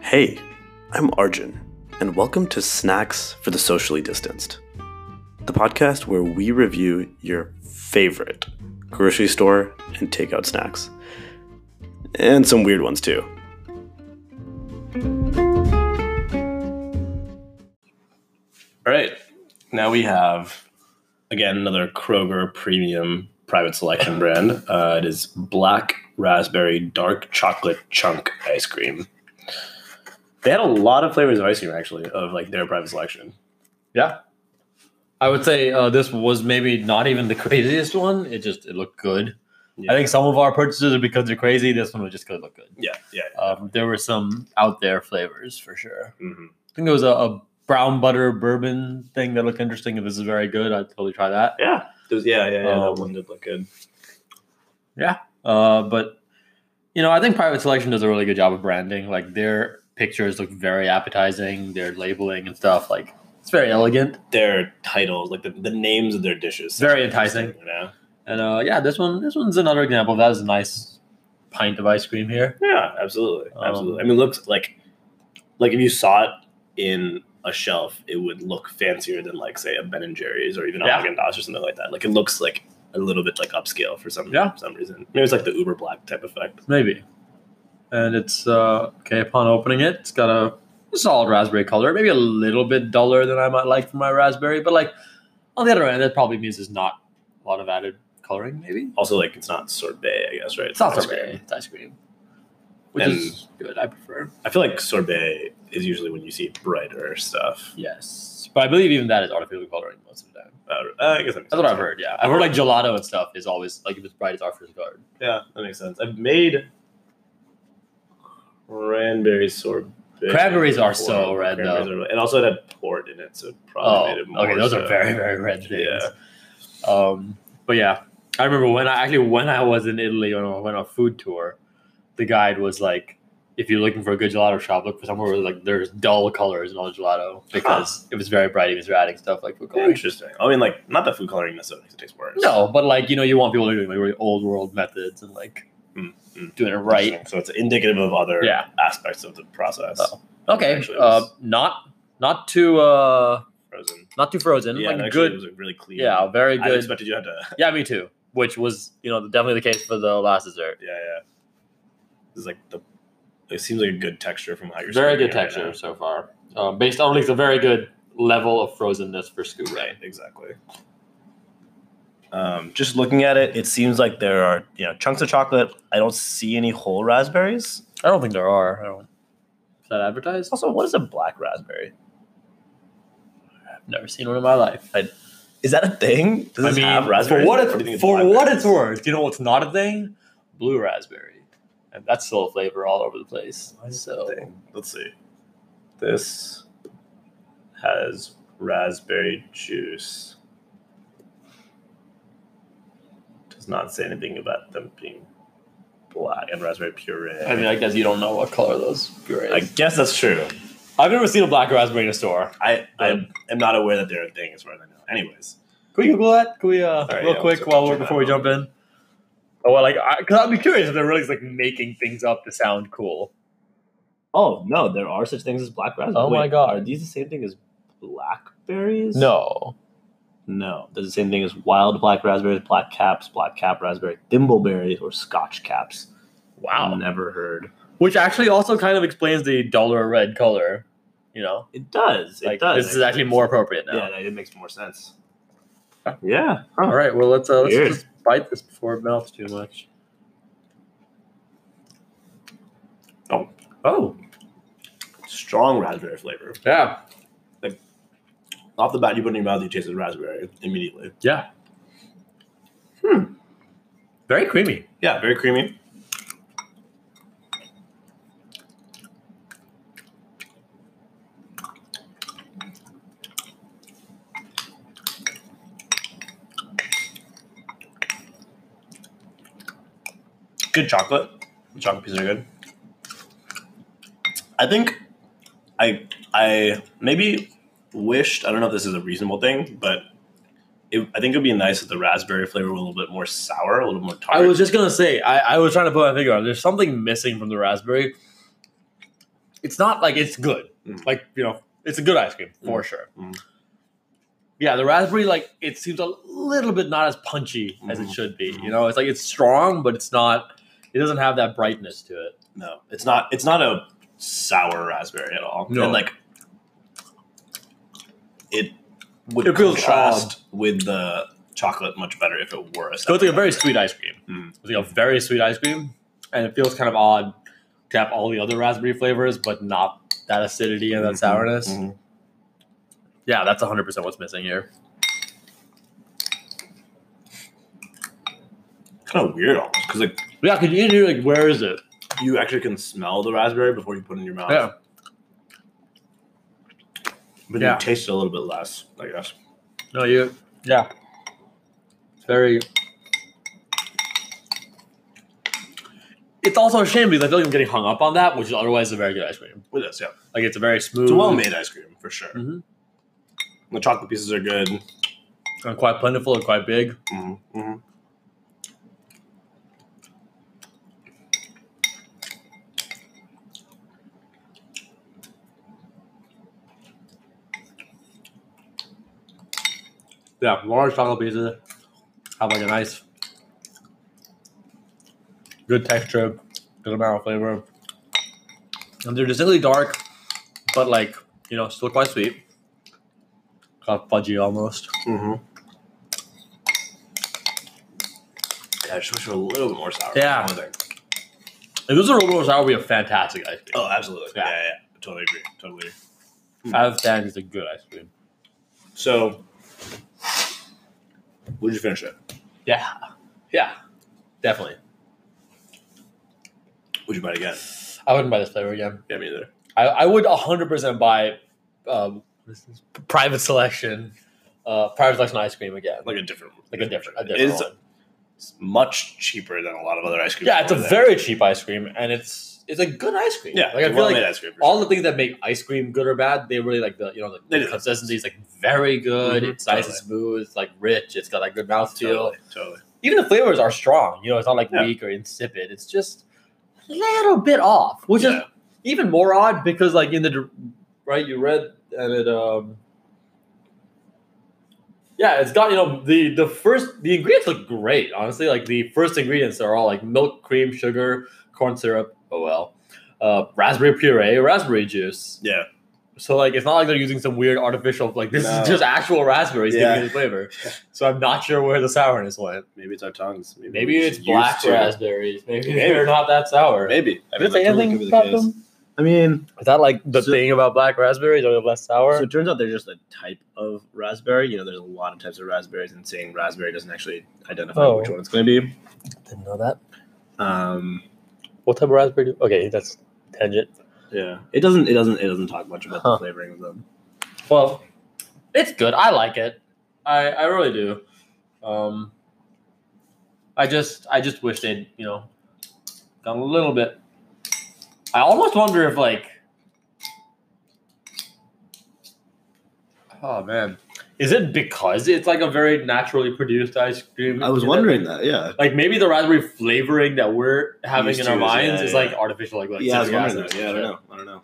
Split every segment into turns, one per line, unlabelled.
Hey, I'm Arjun, and welcome to Snacks for the Socially Distanced, the podcast where we review your favorite grocery store and takeout snacks, and some weird ones too.
All right. Now we have, again, another Kroger premium private selection brand. Uh, it is Black Raspberry Dark Chocolate Chunk Ice Cream. They had a lot of flavors of ice cream, actually, of like their private selection.
Yeah. I would say uh, this was maybe not even the craziest one. It just it looked good. I think some of our purchases are because they're crazy. This one was just because it looked good.
Yeah, yeah.
Um, there were some out there flavors for sure.
hmm
I think there was a, a brown butter bourbon thing that looked interesting. If this is very good, I'd totally try that.
Yeah. Those- yeah, yeah, yeah.
Um,
that one did look good.
Uh, but you know, I think Private Selection does a really good job of branding. Like their pictures look very appetizing. Their labeling and stuff like it's very elegant.
Their titles, like the, the names of their dishes,
Very enticing.
You know?
And uh, yeah, this one this one's another example. That is a nice pint of ice cream here.
Yeah, absolutely,
Um,
absolutely. I mean, it looks like like if you saw it in a shelf, it would look fancier than like say a Ben and Jerry's or even a
Yeah.
Haagen Dazs or something like that. Like it looks like a little bit like upscale for some
Yeah.
some reason. Maybe it's like the Uber Black type effect.
Maybe. And it's uh, okay upon opening it. It's got a solid raspberry color, maybe a little bit duller than I might like for my raspberry, but like on the other end, that probably means there's not a lot of added coloring. Maybe
Also, like it's not sorbet, I guess, right?
it's not
ice
sorbet;
cream.
it's ice cream, which
And-
is good. I prefer.
I feel like sorbet is usually when you see brighter stuff.
Yes, but I believe even that is artificial coloring most of the time.
Uh, I guess that makes
That's what I've
sense.
heard. Yeah, I've heard like gelato and stuff is always like if it's bright, it's artificial colored.
Yeah, that makes sense. I've made cranberry sorbet.
Cranberries are so
Before.
red, though.
Cranberries are red. and also it had port in it, so it probably made it
Oh,
more.
okay. Those
so.
are very, very red things.
Yeah.
Um, but yeah, I remember when I actually when I was in Italy on a, went on a food tour, the guide was like, "If you're looking for a good gelato shop, look for somewhere where like there's dull colors in all the gelato because it was very bright. He was adding stuff like food coloring.
Interesting. I mean, like, not that food coloring necessarily makes it taste worse.
No, but like you know, you want people to do like really old world methods and like
Mm, mm.
doing it right.
So it's indicative of other
Yeah.
aspects of the process.
Oh. Okay.
Actually, it
Uh,
was
not not too uh
frozen.
not too frozen.
Yeah,
like
and
a
actually
good.
It was like, really clean.
yeah, very
I
good.
expected you had to.
Yeah, me too. Which was you know definitely the case for the last dessert.
Yeah, yeah. It's like the. It seems like a good texture from how you're.
very
serving
good
it right
texture so far. Um, based on at least a very good level of frozenness for
now.
scoop.
Right. Exactly. Um, just looking at it, it seems like there are you know chunks of chocolate. I don't see any whole raspberries.
I don't think there are. I don't. Is that advertised?
Also, what is a black raspberry?
I've never seen one in my life. I,
Is that a thing? Does this have
for
raspberries?
what
Or do you think
it's,
it's
for
black
what
raspberry?
it's worth, you know what's not a thing? Blue raspberry, and that's still a flavor all over the place.
Why is that
So
a thing? let's see. This has raspberry juice. Does not say anything about them being black and raspberry puree.
I mean, I guess you don't know what color those
I
purees.
guess that's true.
I, have never seen a black raspberry in a store.
I, I am not aware that they're a thing as far as I know. Anyways,
Can we Google that? Can we, uh,
right, yeah,
real
let's
quick,
go
while
check
we're
that
before we
out.
jump in? Oh, well, like, because I'd be curious if they're really just, like making things up to sound cool.
oh no, there are such things as black raspberry.
Oh my God.
these the same thing as blackberries?
No.
No, they're the same thing as wild black raspberries, black caps, black cap raspberry, thimbleberries, or Scotch caps.
Wow.
never heard.
Which actually also kind of explains the dollar red color. You know,
It does. It
like
does.
this is actually more appropriate now.
Yeah, that- it makes more sense. Yeah. huh.
All right. Well, let's uh, let's
Weird.
just bite this before it melts too much.
Oh.
Oh.
Strong raspberry flavor.
Yeah.
Off the bat, you put it in your mouth, you taste the raspberry immediately.
Yeah. Hmm. Very creamy.
Yeah, very creamy. Good chocolate. The chocolate pieces are good. I think I I maybe wished I don't know if this is a reasonable thing, but it, I think it would be nice if the raspberry flavor were a little bit more sour, a little more tart.
I was just gonna say I, I was trying to put my finger on. it. There's something missing from the raspberry. it's not like it's good.
Mm.
Like you know, it's a good ice cream for sure.
Mm.
Yeah, the raspberry like it seems a little bit not as punchy as it
Mhm.
should be. You know, it's like it's strong, but it's not. It doesn't have that brightness to it.
No, it's not. It's not a sour raspberry at all.
No.
and like it would
It feels
contrast with the chocolate much better if it were a.
So
Sour
it's like a very sweet ice cream.
Mm.
It's like a very sweet ice cream, and it feels kind of odd to have all the other raspberry flavors, but not that acidity and that
Mhm.
sourness.
Mhm.
Yeah, that's 100 percent what's missing here.
kind of weird almost because like
Yeah, because you knew like where is it?
you actually can smell the raspberry before you put it in your mouth.
Yeah,
but
Yeah.
you taste it a little bit less, I guess.
no, you. Yeah, it's very. It's also a shame because I feel like I'm getting hung up on that, which is otherwise a very good ice cream.
With this, yeah,
Like it's a very smooth,
it's a well-made ice cream for sure.
Mhm. Mm-hmm.
The chocolate pieces are good.
and quite plentiful and quite big.
Mhm. Mhm.
Yeah, large chocolate pieces have like a nice, good texture, good amount of flavor, and they're distinctly dark, but like you know, still quite sweet, kind of fudgy almost.
Mm-hmm. Yeah, I just wish it were a little bit more sour.
Yeah.
That's the only thing.
If this was a roll roll sour, it would be a fantastic ice cream.
Oh, absolutely. Yeah.
Yeah.
yeah, yeah, Totally agree. Totally agree.
Out of ten, it's a good ice cream.
So, would you finish it?
Yeah, yeah, definitely.
Would you buy it again?
I wouldn't buy this flavor again.
Yeah, me either.
I, I would hundred percent buy um, this is private selection, uh, private selection ice cream again.
Like a different,
Like a different- a
version.
different
It's,
one.
it's much cheaper than a lot of other ice creams.
Yeah, it's a
over there.
very cheap ice cream, and it's it's a good ice cream.
yeah.
like I
it's a
feel like
well-made ice cream. for
all
sure.
the things that make ice cream good or bad, they Mm-hmm. really like the you know
They
the,
do.
the consistency is like very good.
Mhm,
It's nice and
totally.
smooth. It's like rich. It's got like good mouthfeel.
totally, totally.
Even the flavors are strong. You know, it's not like
Yeah.
weak or insipid. It's just a little bit off, which is
yeah.
even more odd because like in the dir- right you read and it um yeah it's got you know the the first the ingredients look great honestly like the first ingredients are all like milk cream sugar corn syrup oh well uh, raspberry puree raspberry juice
yeah,
so like it's not like they're using some weird artificial like this
No.
is just actual raspberries
Yeah.
giving it flavor so i'm not sure where the sourness went
Maybe it's our tongues.
maybe
we're
it's
just
black
used to it.
raspberries maybe,
Maybe.
they're not that sour
Maybe. I
Did
mean,
it say
that totally
anything
could be the
about
case.
them?
I mean,
Is that like the
So-
thing about black raspberries are less sour?
so it turns out they're just a type of raspberry. You know, there's a lot of types of raspberries, and saying raspberry doesn't actually identify
Oh.
which one it's going to be.
Didn't know that.
Um,
What type of raspberry? Do- okay, that's tangent.
yeah, it doesn't. It doesn't. It doesn't talk much about
Huh.
the flavoring of them.
Well, it's good. I like it. I I really do. Um, I just I just wish they'd you know gone a little bit. I almost wonder if like. Oh man, is it because it's like a very naturally produced ice cream?
I was
Is it-
wondering that. Yeah,
like maybe the raspberry flavoring that we're having
Used
in
to
our
is-
minds
yeah,
is
yeah.
like artificial, like, like
yeah, I was
citric
wondering
acid
that.
and
Yeah, I don't
shit.
know. I don't know.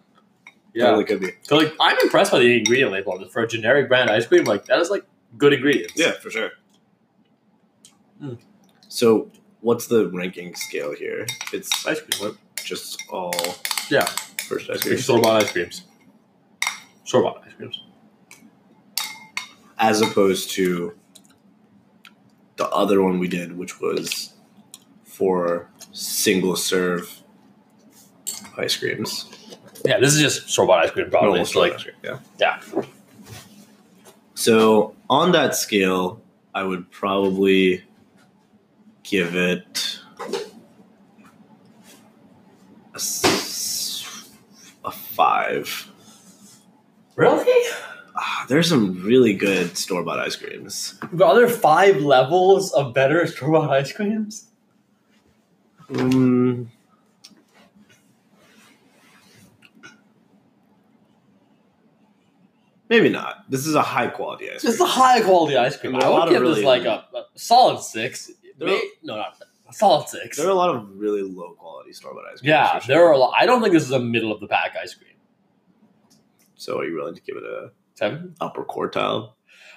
yeah.
Totally could be.
So like I'm impressed by the ingredient label on this. for a generic brand ice cream. Like that is like good ingredients.
Yeah, for sure.
So, what's the ranking scale here? It's
Ice cream.
just all
Yeah.
first ice cream
store bought ice creams. Store bought ice creams.
as opposed to the other one we did, which was for single serve ice creams.
Yeah, this is just store bought ice cream. Probably
Normal
it's
store
like
ice cream, yeah.
yeah,
So on that scale, I would probably give it a, s- a five.
really.
Ah, there's some really good store bought ice creams.
The other five levels of better store bought ice creams.
Mm.
Um,
Maybe not. This is a high quality ice cream.
It's a high quality ice cream.
There are
I
a lot
would
of
give this
really-
like a, a solid six.
There
May-
are-
no, not A solid six.
There are a lot of really low quality store bought ice cream.
Yeah,
for sure.
there are a lot. I don't think this is a middle of the pack ice cream.
So are you willing to give it a
Seven?
upper quartile?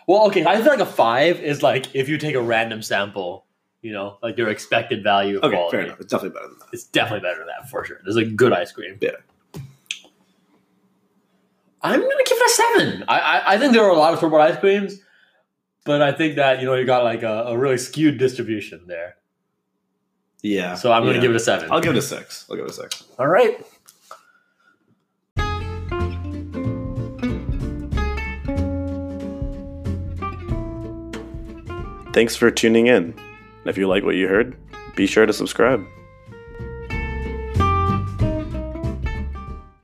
Well, okay. I feel like a five is like if you take a random sample, you know, like your expected value of
Okay,
quality.
fair enough. It's definitely better than that.
It's definitely better than that for sure. There's a good ice cream.
Yeah.
I'm gonna give it a seven. I I, I think there are a lot of store bought ice creams, but I think that you know you got like a, a really skewed distribution there.
Yeah.
So I'm gonna give it a seven.
I'll give it a six. I'll give it a six.
All right.
Thanks for tuning in. And if you like what you heard, be sure to subscribe.